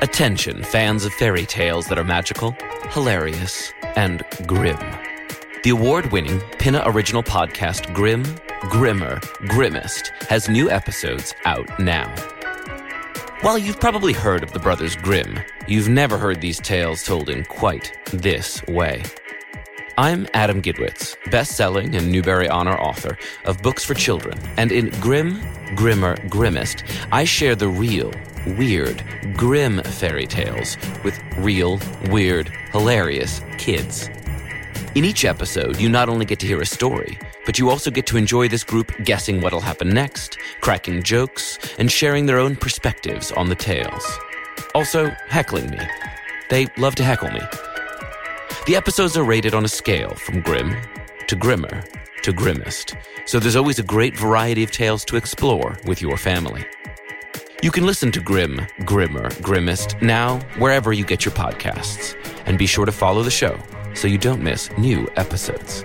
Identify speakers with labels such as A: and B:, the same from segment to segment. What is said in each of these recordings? A: Attention, fans of fairy tales that are magical, hilarious, and grim. The award winning Pinna Original podcast Grim, Grimmer, Grimmest has new episodes out now. While you've probably heard of the Brothers Grimm, you've never heard these tales told in quite this way. I'm Adam Gidwitz, best-selling and Newbery Honor author of books for children, and in Grim, Grimmer, Grimmest, I share the real, weird, grim fairy tales with real, weird, hilarious kids. In each episode, you not only get to hear a story, but you also get to enjoy this group guessing what'll happen next, cracking jokes, and sharing their own perspectives on the tales. Also, heckling me. They love to heckle me. The episodes are rated on a scale from grim to grimmer to grimmest, so there's always a great variety of tales to explore with your family. You can listen to Grim, Grimmer, Grimmest now wherever you get your podcasts, and be sure to follow the show so you don't miss new episodes.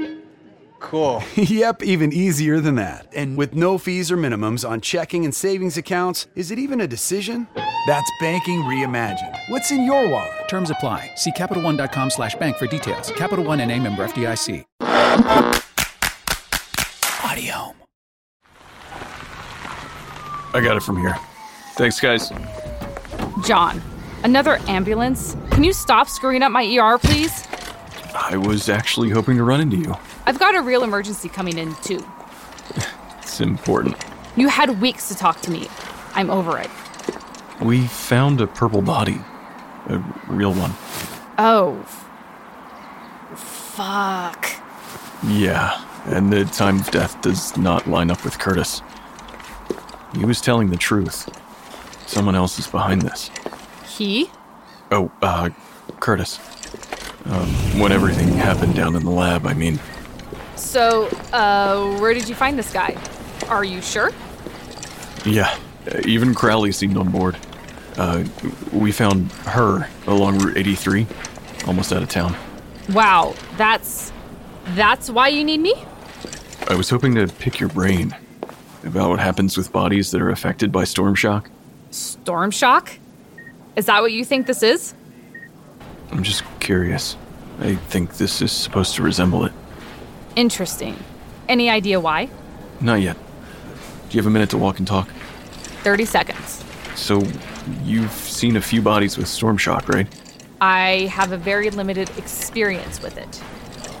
B: Cool.
C: yep, even easier than that. And with no fees or minimums on checking and savings accounts, is it even a decision? That's banking reimagined. What's in your wallet?
D: Terms apply. See CapitalOne.com slash bank for details. Capital One and a member FDIC. Audio.
E: I got it from here. Thanks, guys.
F: John, another ambulance? Can you stop screwing up my ER, please?
E: I was actually hoping to run into you.
F: I've got a real emergency coming in, too.
E: It's important.
F: You had weeks to talk to me. I'm over it.
E: We found a purple body. A real one.
F: Oh. Fuck.
E: Yeah, and the time of death does not line up with Curtis. He was telling the truth. Someone else is behind this.
F: He?
E: Oh, uh, Curtis. Um, when everything happened down in the lab, I mean,
F: So, uh, where did you find this guy? Are you sure?
E: yeah, uh, even Crowley seemed on board. Uh, we found her along Route 83, almost out of town.
F: Wow, that's. That's why you need me?
E: I was hoping to pick your brain about what happens with bodies that are affected by storm shock.
F: Storm shock? Is that what you think this is?
E: I'm just curious. I think this is supposed to resemble it.
F: Interesting. Any idea why?
E: Not yet. Do you have a minute to walk and talk?
F: 30 seconds.
E: So, you've seen a few bodies with storm shock, right?
F: I have a very limited experience with it.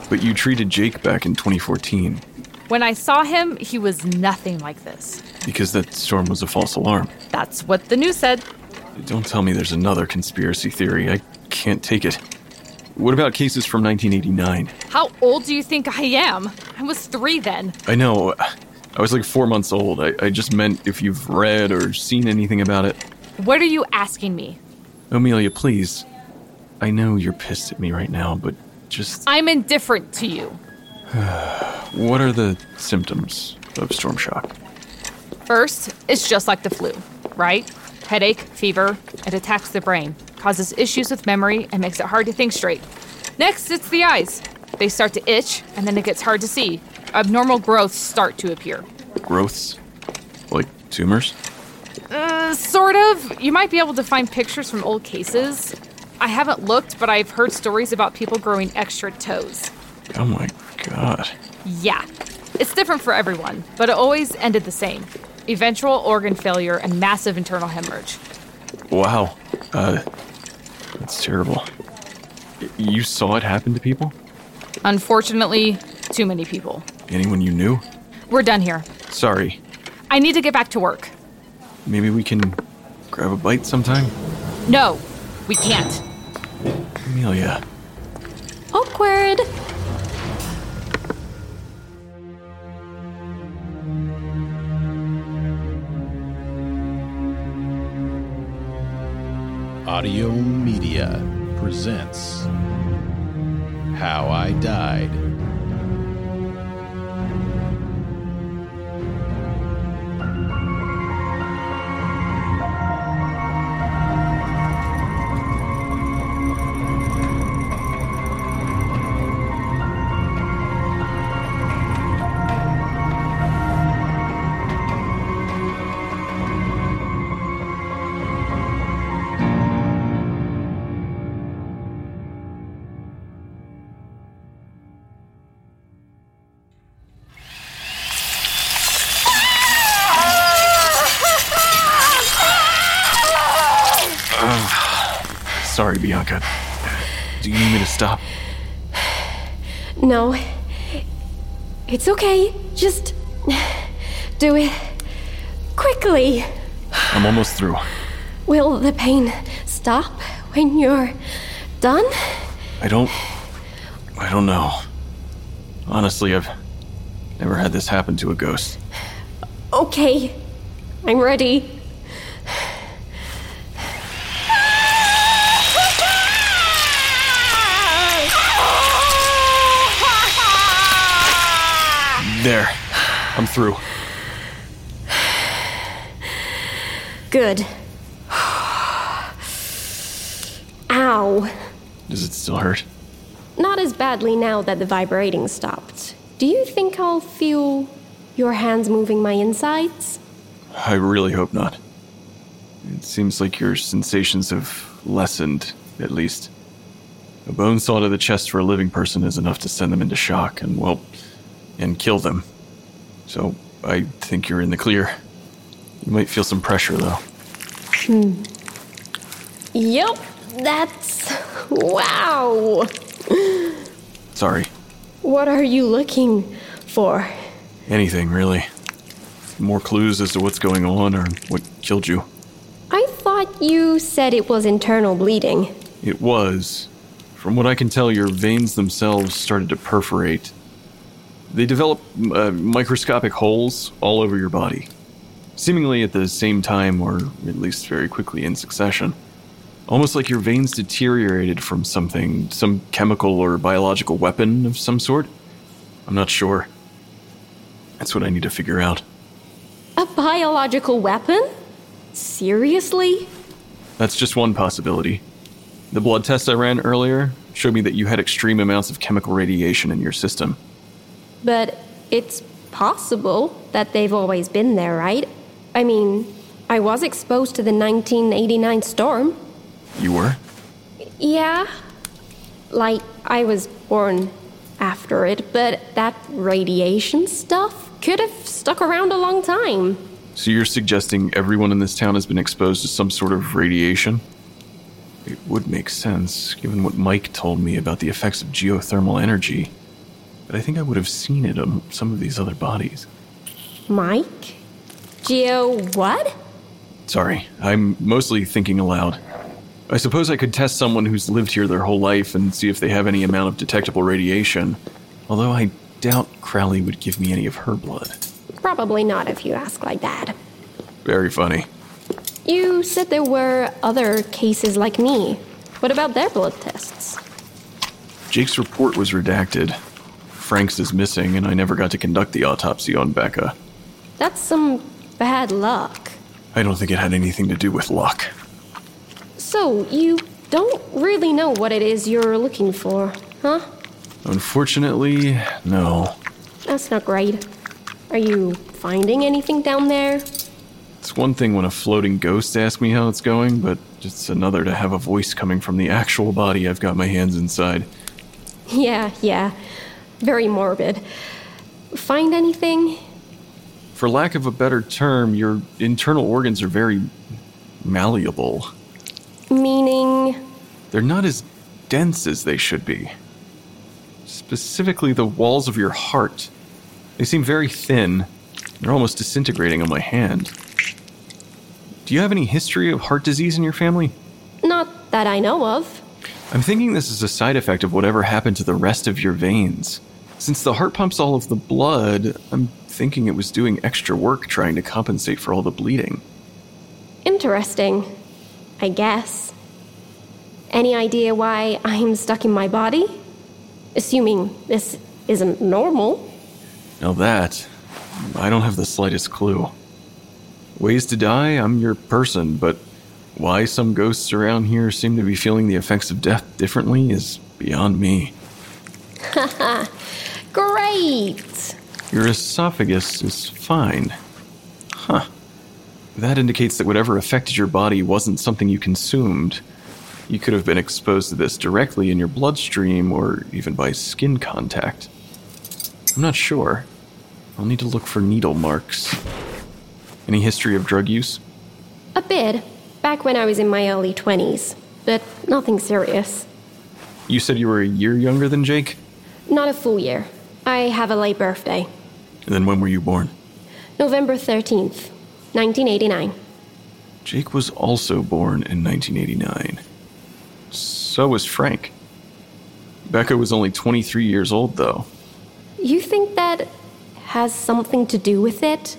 E: But you treated Jake back in 2014
F: When I saw him, he was nothing like this.
E: because that storm was a false alarm.
F: That's what the news said.
E: Don't tell me there's another conspiracy theory. I can't take it. What about cases from 1989?
F: How old do you think I am? I was three then.
E: I know. I was like four months old. I, I just meant if you've read or seen anything about it.
F: What are you asking me?
E: Amelia, please. I know you're pissed at me right now, but just
F: I'm indifferent to you.
E: what are the symptoms of storm shock?
F: First, it's just like the flu, right? Headache, fever, it attacks the brain, causes issues with memory, and makes it hard to think straight. Next, it's the eyes. They start to itch, and then it gets hard to see. Abnormal growths start to appear.
E: Growths? Like tumors?
F: Uh, sort of. You might be able to find pictures from old cases. I haven't looked, but I've heard stories about people growing extra toes.
E: Oh my god.
F: Yeah. It's different for everyone, but it always ended the same eventual organ failure and massive internal hemorrhage.
E: Wow. Uh, that's terrible. Y- You saw it happen to people?
F: Unfortunately, too many people.
E: Anyone you knew?
F: We're done here.
E: Sorry.
F: I need to get back to work.
E: Maybe we can grab a bite sometime?
F: No, we can't.
E: Amelia.
G: Awkward.
H: Audio Media presents How I Died.
E: Sorry, Bianca. Do you need me to stop?
I: No. It's okay. Just do it quickly.
E: I'm almost through.
I: Will the pain stop when you're done?
E: I don't. I don't know. Honestly, I've never had this happen to a ghost.
I: Okay. I'm ready.
E: There. I'm through.
I: Good. Ow.
E: Does it still hurt?
I: Not as badly now that the vibrating stopped. Do you think I'll feel your hands moving my insides?
E: I really hope not. It seems like your sensations have lessened, at least. A bone saw to the chest for a living person is enough to send them into shock and, well, and kill them. So I think you're in the clear. You might feel some pressure, though.
I: Yep. Hmm. That's. Wow.
E: Sorry.
I: What are you looking for?
E: Anything, really. More clues as to what's going on or what killed you.
I: I thought you said it was internal bleeding.
E: It was. From what I can tell, your veins themselves started to perforate. They develop uh, microscopic holes all over your body, seemingly at the same time or at least very quickly in succession. Almost like your veins deteriorated from something, some chemical or biological weapon of some sort. I'm not sure. That's what I need to figure out.
I: A biological weapon? Seriously?
E: That's just one possibility. The blood test I ran earlier showed me that you had extreme amounts of chemical radiation in your system.
I: But it's possible that they've always been there, right? I mean, I was exposed to the 1989 storm.
E: You were?
I: Yeah. Like, I was born after it, but that radiation stuff could have stuck around a long time.
E: So you're suggesting everyone in this town has been exposed to some sort of radiation? It would make sense, given what Mike told me about the effects of geothermal energy. But I think I would have seen it on some of these other bodies.
I: Mike? Geo, what?
E: Sorry, I'm mostly thinking aloud. I suppose I could test someone who's lived here their whole life and see if they have any amount of detectable radiation, although I doubt Crowley would give me any of her blood.
I: Probably not if you ask like that.
E: Very funny.
I: You said there were other cases like me. What about their blood tests?
E: Jake's report was redacted. Frank's is missing, and I never got to conduct the autopsy on Becca.
I: That's some bad luck.
E: I don't think it had anything to do with luck.
I: So, you don't really know what it is you're looking for, huh?
E: Unfortunately, no.
I: That's not great. Are you finding anything down there?
E: It's one thing when a floating ghost asks me how it's going, but it's another to have a voice coming from the actual body I've got my hands inside.
I: Yeah, yeah. Very morbid. Find anything?
E: For lack of a better term, your internal organs are very malleable.
I: Meaning,
E: They're not as dense as they should be. Specifically, the walls of your heart. They seem very thin, They're almost disintegrating on my hand. Do you have any history of heart disease in your family?
I: Not that I know of.
E: I'm thinking this is a side effect of whatever happened to the rest of your veins. Since the heart pumps all of the blood, I'm thinking it was doing extra work trying to compensate for all the bleeding.
I: Interesting. I guess. Any idea why I'm stuck in my body? Assuming this isn't normal.
E: Now that, I don't have the slightest clue. Ways to die, I'm your person, but why some ghosts around here seem to be feeling the effects of death differently is beyond me.
I: Haha. Great!
E: Your esophagus is fine. Huh. That indicates that whatever affected your body wasn't something you consumed. You could have been exposed to this directly in your bloodstream or even by skin contact. I'm not sure. I'll need to look for needle marks. Any history of drug use?
I: A bit, back when I was in my early 20s, but nothing serious.
E: You said you were a year younger than Jake?
I: Not a full year. I have a late birthday,
E: And then when were you born?
I: November 13th, 1989.
E: Jake was also born in 1989. So was Frank. Becca was only 23 years old, though.
I: You think that has something to do with it?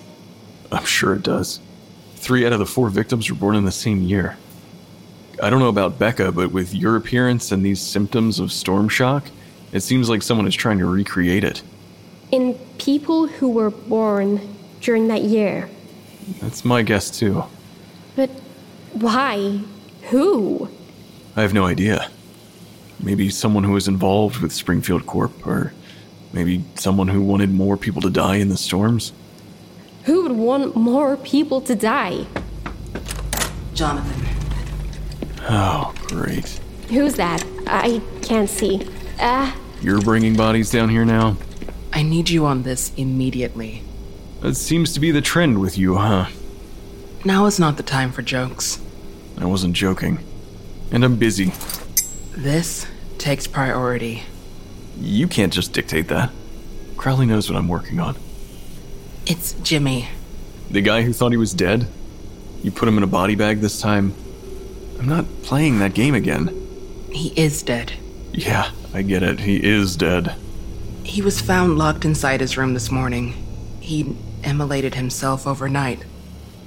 E: I'm sure it does. Three out of the four victims were born in the same year. I don't know about Becca, but with your appearance and these symptoms of storm shock, it seems like someone is trying to recreate it.
I: In people who were born during that year.
E: That's my guess, too.
I: But why? Who?
E: I have no idea. Maybe someone who was involved with Springfield Corp, or maybe someone who wanted more people to die in the storms.
I: Who would want more people to die?
J: Jonathan.
E: Oh, great.
I: Who's that? I can't see. Ah,
E: You're bringing bodies down here now?
J: I need you on this immediately.
E: That seems to be the trend with you, huh?
J: Now is not the time for jokes.
E: I wasn't joking. And I'm busy.
J: This takes priority.
E: You can't just dictate that. Crowley knows what I'm working on.
J: It's Jimmy.
E: The guy who thought he was dead? You put him in a body bag this time? I'm not playing that game again.
J: He is dead.
E: Yeah, I get it. He is dead.
J: He was found locked inside his room this morning. He immolated himself overnight.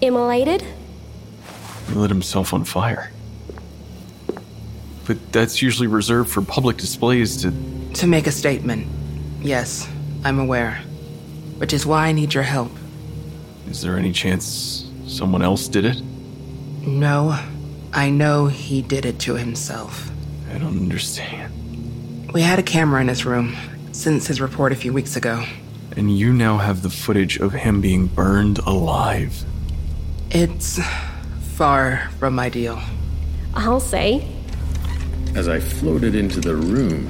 I: immolated?
E: He lit himself on fire. But that's usually reserved for public displays to.
J: To make a statement. Yes, I'm aware. Which is why I need your help.
E: Is there any chance someone else did it?
J: No, I know he did it to himself.
E: I don't understand.
J: We had a camera in his room since his report a few weeks ago.
E: And you now have the footage of him being burned alive.
J: It's far from ideal.
I: I'll say.
H: As I floated into the room,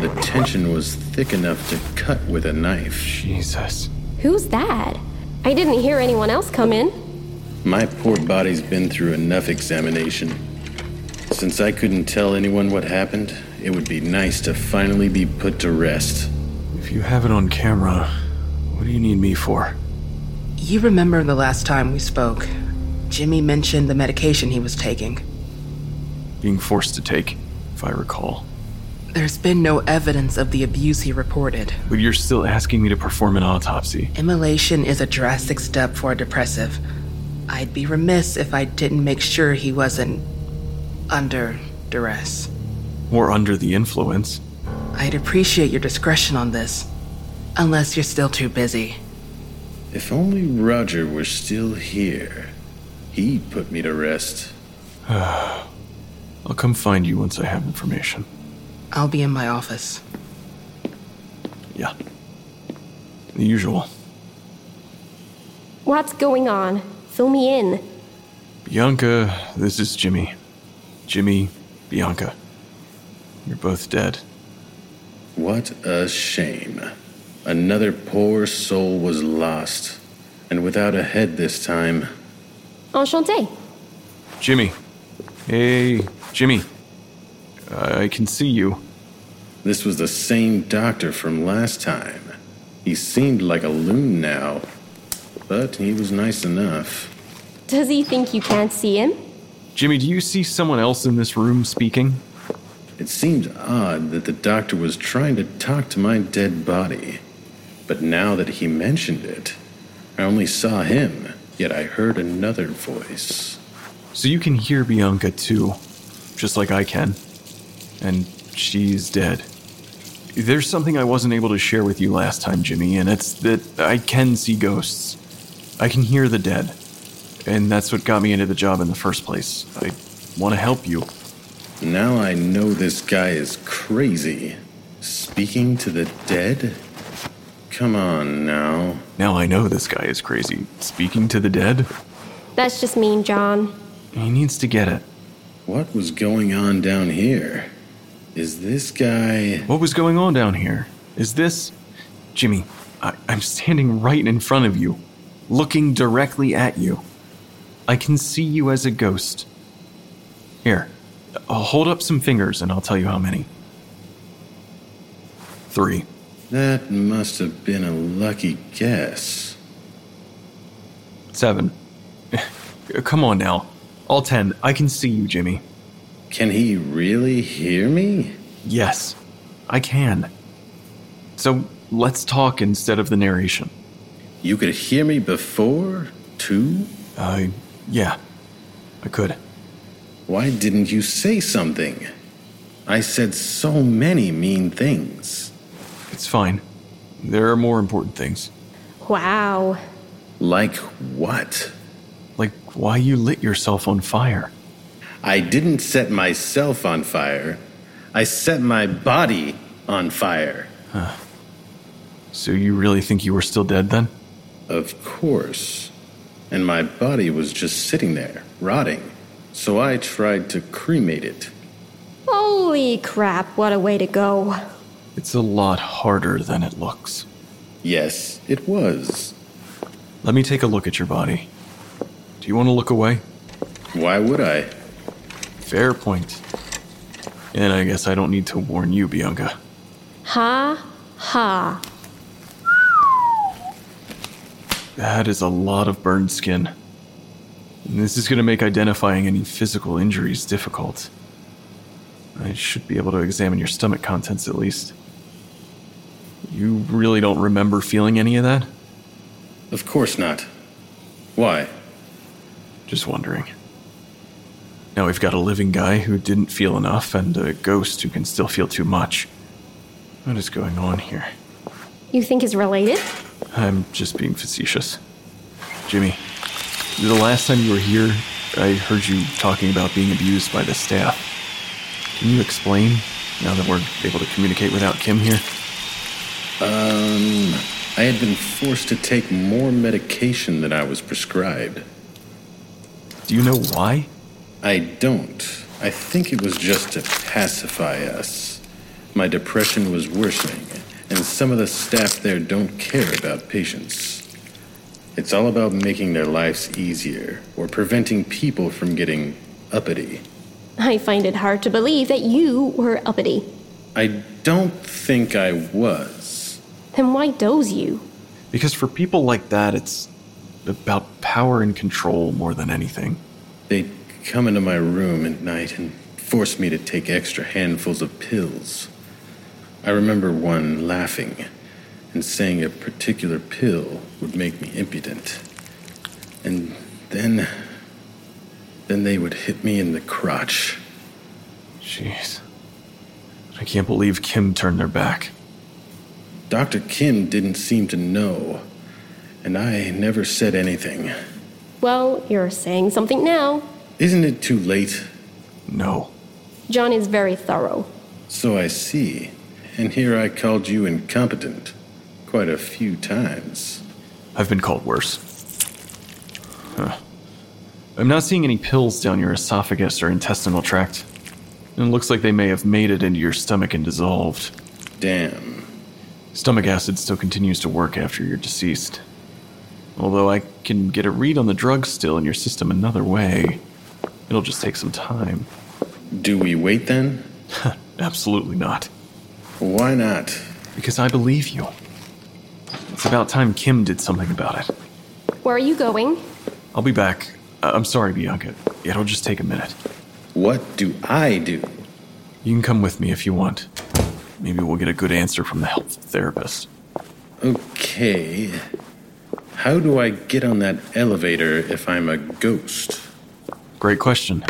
H: the tension was thick enough to cut with a knife.
E: Jesus.
I: Who's that? I didn't hear anyone else come in.
H: My poor body's been through enough examination. Since I couldn't tell anyone what happened, it would be nice to finally be put to rest.
E: If you have it on camera, what do you need me for?
J: You remember the last time we spoke, Jimmy mentioned the medication he was taking.
E: Being forced to take, if I recall.
J: There's been no evidence of the abuse he reported.
E: But you're still asking me to perform an autopsy.
J: Immolation is a drastic step for a depressive. I'd be remiss if I didn't make sure he wasn't under duress.
E: Or under the influence.
J: I'd appreciate your discretion on this, unless you're still too busy.
H: If only Roger were still here. He'd put me to rest.
E: I'll come find you once I have information.
J: I'll be in my office.
E: Yeah. The usual.
I: What's going on? Fill me in.
E: Bianca, this is Jimmy. Jimmy, Bianca. You're both dead.
H: What a shame. Another poor soul was lost, and without a head this time.
I: Enchanté.
E: Jimmy. Hey, Jimmy. I can see you.
H: This was the same doctor from last time. He seemed like a loon now. But he was nice enough.
I: Does he think you can't see him?
E: Jimmy, do you see someone else in this room speaking?
H: It seemed odd that the doctor was trying to talk to my dead body. But now that he mentioned it, I only saw him, yet I heard another voice.
E: So you can hear Bianca too, just like I can. And she's dead. There's something I wasn't able to share with you last time, Jimmy, and it's that I can see ghosts. I can hear the dead. And that's what got me into the job in the first place. I want to help you.
H: Now I know this guy is crazy. Speaking to the dead? Come on now.
E: Now I know this guy is crazy. Speaking to the dead?
I: That's just mean, John.
E: He needs to get it.
H: What was going on down here? Is this guy.
E: What was going on down here? Is this. Jimmy, I, I'm standing right in front of you, looking directly at you. I can see you as a ghost. Here, uh, hold up some fingers and I'll tell you how many. Three.
H: That must have been a lucky guess.
E: Seven. Come on now. All ten. I can see you, Jimmy.
H: Can he really hear me?
E: Yes, I can. So let's talk instead of the narration.
H: You could hear me before, too?
E: Uh, yeah, I could.
H: Why didn't you say something? I said so many mean things.
E: It's fine. There are more important things.
I: Wow.
H: Like what?
E: Like why you lit yourself on fire.
H: I didn't set myself on fire. I set my body on fire.
E: Huh. So you really think you were still dead then?
H: Of course. And my body was just sitting there, rotting. So I tried to cremate it.
I: Holy crap, what a way to go.
E: It's a lot harder than it looks.
H: Yes, it was.
E: Let me take a look at your body. Do you want to look away?
H: Why would I?
E: Fair point. And I guess I don't need to warn you, Bianca.
I: Ha ha.
E: That is a lot of burned skin. And this is going to make identifying any physical injuries difficult. I should be able to examine your stomach contents at least. You really don't remember feeling any of that?
H: Of course not. Why?
E: Just wondering. Now we've got a living guy who didn't feel enough and a ghost who can still feel too much. What is going on here?
I: You think it's related?
E: I'm just being facetious. Jimmy, the last time you were here, I heard you talking about being abused by the staff. Can you explain now that we're able to communicate without Kim here?
H: Um, I had been forced to take more medication than I was prescribed.
E: Do you know why?
H: I don't. I think it was just to pacify us. My depression was worsening, and some of the staff there don't care about patients. It's all about making their lives easier or preventing people from getting uppity.
I: I find it hard to believe that you were uppity.
H: I don't think I was.
I: Then why doze you?
E: Because for people like that, it's about power and control more than anything.
H: They'd come into my room at night and force me to take extra handfuls of pills. I remember one laughing and saying a particular pill would make me impudent. And then. then they would hit me in the crotch.
E: Jeez. I can't believe Kim turned their back.
H: Dr. Kim didn't seem to know and I never said anything.
I: Well, you're saying something now.
H: Isn't it too late?
E: No.
I: John is very thorough.
H: So I see. And here I called you incompetent quite a few times.
E: I've been called worse. Huh. I'm not seeing any pills down your esophagus or intestinal tract. It looks like they may have made it into your stomach and dissolved.
H: Damn.
E: Stomach acid still continues to work after you're deceased although I can get a read on the drug still in your system another way. It'll just take some time.
H: Do we wait then?
E: Absolutely not.
H: Why not?
E: Because I believe you. It's about time Kim did something about it.
I: Where are you going?
E: I'll be back. I- I'm sorry, Bianca. It'll just take a minute.
H: What do I do?
E: You can come with me if you want. Maybe we'll get a good answer from the health therapist.
H: Okay. How do I get on that elevator if I'm a ghost?
E: Great question.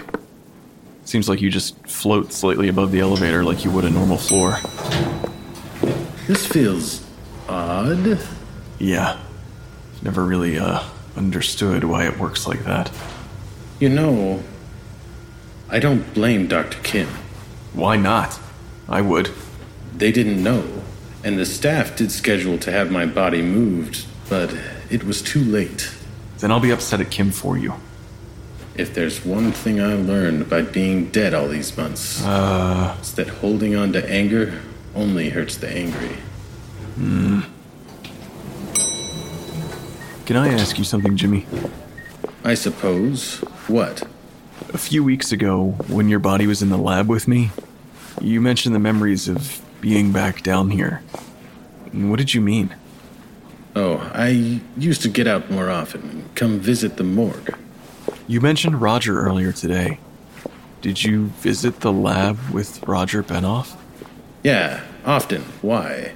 E: Seems like you just float slightly above the elevator like you would a normal floor.
H: This feels odd.
E: Yeah. Never really uh, understood why it works like that.
H: You know, I don't blame Dr. Kim.
E: Why not? I would.
H: They didn't know, and the staff did schedule to have my body moved, but it was too late.
E: Then I'll be upset at Kim for you.
H: If there's one thing I learned by being dead all these months,
E: Uh,
H: it's that holding on to anger only hurts the angry.
E: hmm. Can I ask you something, Jimmy?
H: I suppose. What?
E: A few weeks ago, when your body was in the lab with me, you mentioned the memories of being back down here. What did you mean?
H: Oh, I used to get out more often, come visit the morgue.
E: You mentioned Roger earlier today. Did you visit the lab with Roger Benoff?
H: Yeah, often. Why?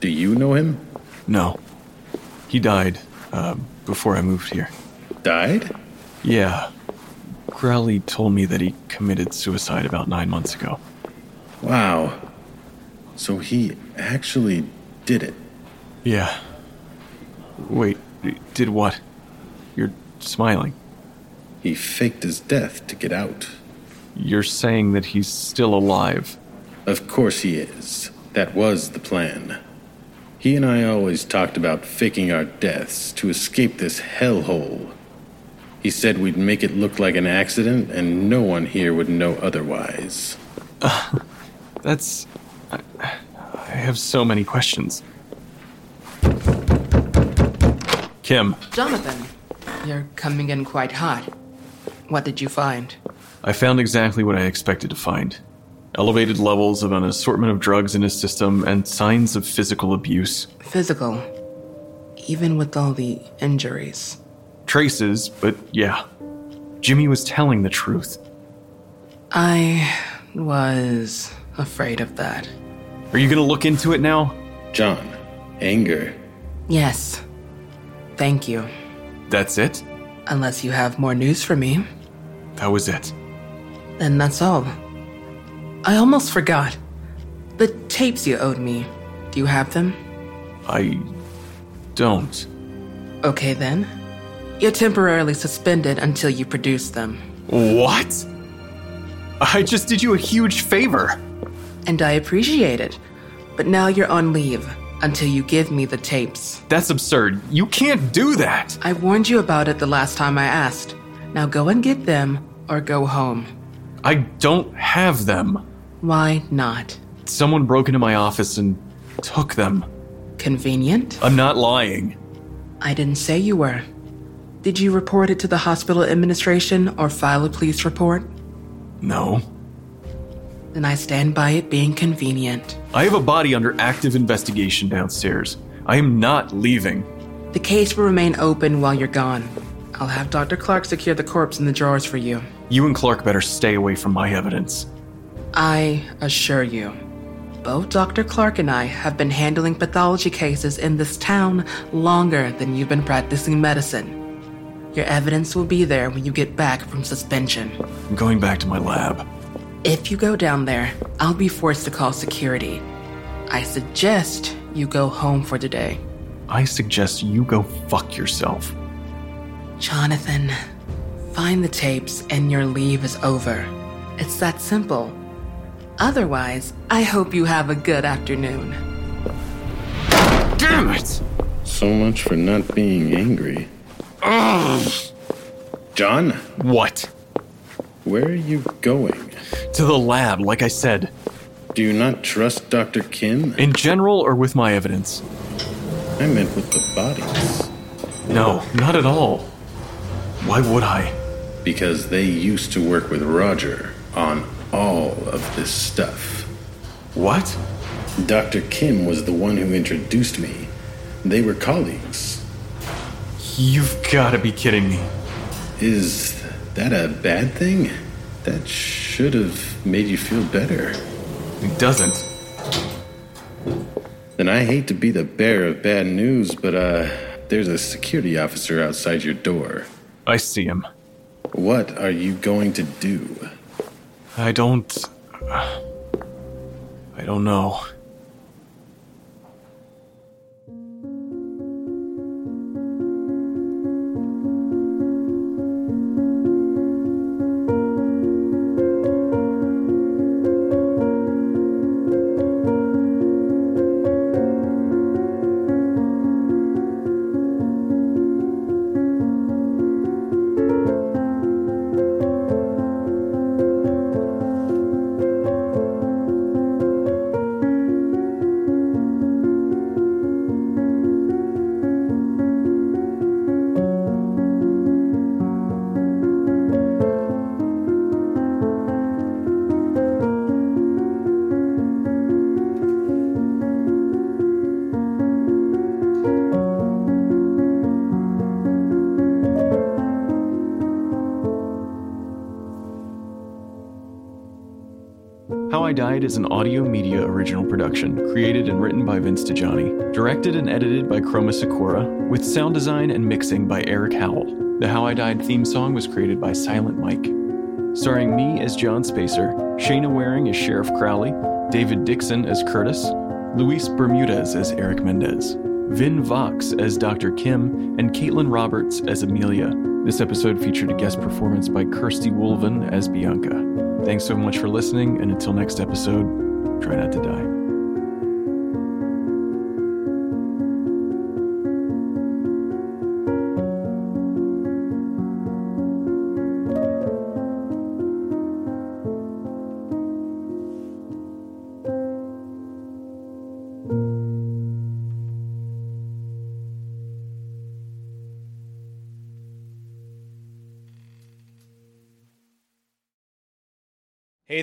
H: Do you know him?
E: No. He died um, before I moved here.
H: Died?
E: Yeah. Crowley told me that he committed suicide about nine months ago.
H: Wow. So he actually did it.
E: Yeah. Wait, did what? You're smiling.
H: He faked his death to get out.
E: You're saying that he's still alive.
H: Of course he is. That was the plan. He and I always talked about faking our deaths to escape this hellhole. He said we'd make it look like an accident, and no one here would know otherwise.
E: That's. I, I have so many questions. Kim,
J: Jonathan, you're coming in quite hot. What did you find?
E: I found exactly what I expected to find elevated levels of an assortment of drugs in his system and signs of physical abuse.
J: Physical. Even with all the injuries.
E: Traces, but yeah. Jimmy was telling the truth.
J: I was afraid of that.
E: Are you gonna look into it now?
H: John, anger.
J: Yes. Thank you.
E: That's it?
J: Unless you have more news for me,
E: That was it.
J: then that's all. I almost forgot. The tapes you owed me. Do you have them?
E: I don't.
J: Okay then. You're temporarily suspended until you produce them.
E: What? I just did you a huge favor.
J: And I appreciate it. But now you're on leave until you give me the tapes.
E: That's absurd. You can't do that.
J: I warned you about it the last time I asked. Now go and get them or go home.
E: I don't have them.
J: Why not?
E: Someone broke into my office and took them.
J: Convenient?
E: I'm not lying.
J: I didn't say you were. Did you report it to the hospital administration or file a police report?
E: No.
J: Then I stand by it being convenient.
E: I have a body under active investigation downstairs. I am not leaving.
J: The case will remain open while you're gone. I'll have Dr. Clark secure the corpse in the drawers for you.
E: You and Clark better stay away from my evidence.
J: I assure you, both Dr. Clark and I have been handling pathology cases in this town longer than you've been practicing medicine. Your evidence will be there when you get back from suspension.
E: I'm going back to my lab.
J: If you go down there, I'll be forced to call security. I suggest you go home for today.
E: I suggest you go fuck yourself.
J: Jonathan, find the tapes and your leave is over. It's that simple. Otherwise, I hope you have a good afternoon.
E: Damn it!
H: So much for not being angry. John,
E: What?
H: where are you going?
E: To the lab, like I said.
H: Do you not trust Dr. Kim?
E: In general or with my evidence?
H: I meant with the bodies.
E: No, not at all. Why would I?
H: Because they used to work with Roger on all of this stuff.
E: What?
H: Dr. Kim was the one who introduced me. They were colleagues.
E: You've gotta be kidding me.
H: Is that a bad thing? That should have made you feel better.
E: It doesn't.
H: Then I hate to be the bearer of bad news, but uh, there's a security officer outside your door.
E: I see him.
H: What are you going to do?
E: I don't. I don't know. How I Died is an audio media original production, created and written by Vince DiGianni, directed and edited by Chroma Sakura, with sound design and mixing by Eric Howell. The How I Died theme song was created by Silent Mike. Starring me as John Spacer, Shayna Waring as Sheriff Crowley, David Dixon as Curtis, Luis Bermudez as Eric Mendez, Vin Vox as Dr. Kim, and Caitlin Roberts as Amelia. This episode featured a guest performance by Kirsty Wolven as Bianca. Thanks so much for listening, and until next episode, try not to die.
K: Hey